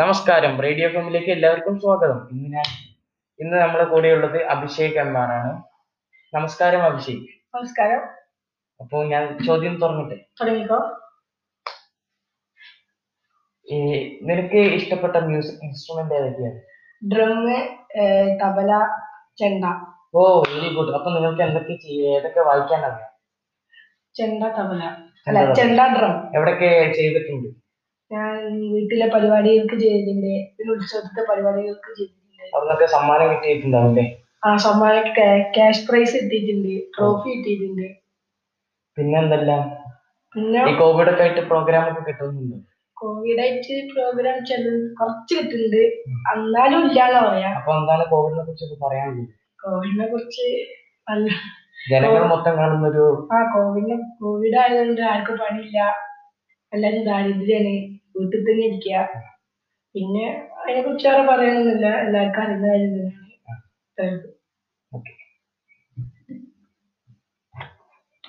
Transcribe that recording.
നമസ്കാരം റേഡിയോ ഫാമിലേക്ക് എല്ലാവർക്കും സ്വാഗതം ഇന്ന് ഞാൻ ഇന്ന് നമ്മുടെ കൂടെയുള്ളത് അഭിഷേക് എന്നാണ് നമസ്കാരം അഭിഷേക് നമസ്കാരം അപ്പോൾ ഞാൻ ചോദ്യം തുറന്നിട്ടെ തുടങ്ങിക്കോ ഈ നിനക്ക് ഇഷ്ടപ്പെട്ട മ്യൂസിക് ഇൻസ്ട്രുമെന്റ് ഏതൊക്കെയാണ് ഡ്രം തബല ചെണ്ട ഓ വെരി ഗുഡ് അപ്പൊ നിങ്ങൾക്ക് എന്തൊക്കെ ചെയ്യ- ഏതൊക്കെ വായിക്കാൻ അറിയാം ചെണ്ട തബല ചെണ്ട, അല്ല തബല. ചെണ്ട ഡ്രം എവിടൊക്കെ ചെയ്തിട്ടുണ്ട് ഞാൻ വീട്ടിലെ പരിപാടികൾക്ക് ചെയ്തിട്ടുണ്ട് പിന്നെ ഉത്സവത്തിലെ പരിപാടികൾക്ക് ചെയ്തിട്ടുണ്ട് അവിടുന്നൊക്കെ സമ്മാനം കിട്ടിയിട്ടുണ്ടാവും അല്ലേ ആ സമ്മാനം ക്യാഷ് പ്രൈസ് കിട്ടിയിട്ടുണ്ട് ട്രോഫി കിട്ടിയിട്ടുണ്ട് പിന്നെന്തെല്ലാം പിന്നെ ഈ കോവിഡ് ഒക്കെ ആയിട്ട് പ്രോഗ്രാം ഒക്കെ കിട്ടുന്നുണ്ട് കോവിഡ് ആയിട്ട് പ്രോഗ്രാം ചെല്ലു കുറച്ച് കിട്ടുന്നുണ്ട് എന്നാലും ഇല്ലാന്ന് പറയാം അപ്പൊ എന്താണ് കോവിഡിനെ കുറിച്ചൊക്കെ പറയാനുള്ളത് കോവിഡിനെ കുറിച്ച് നല്ല ജനങ്ങൾ മൊത്തം കാണുന്ന ഒരു ആ കോവിഡിന് കോവിഡ് ആയതുകൊണ്ട് ആർക്കും പണിയില്ല എല്ലാരും ദാരിദ്ര്യാണ് വീട്ടിൽ തന്നെ ഇരിക്കുക പിന്നെ അതിനെ കുറിച്ച് വേറെ പറയാനൊന്നുമില്ല എല്ലാവർക്കും അറിയുന്ന കാര്യം തന്നെയാണ് ഇത്രയും. ഓക്കെ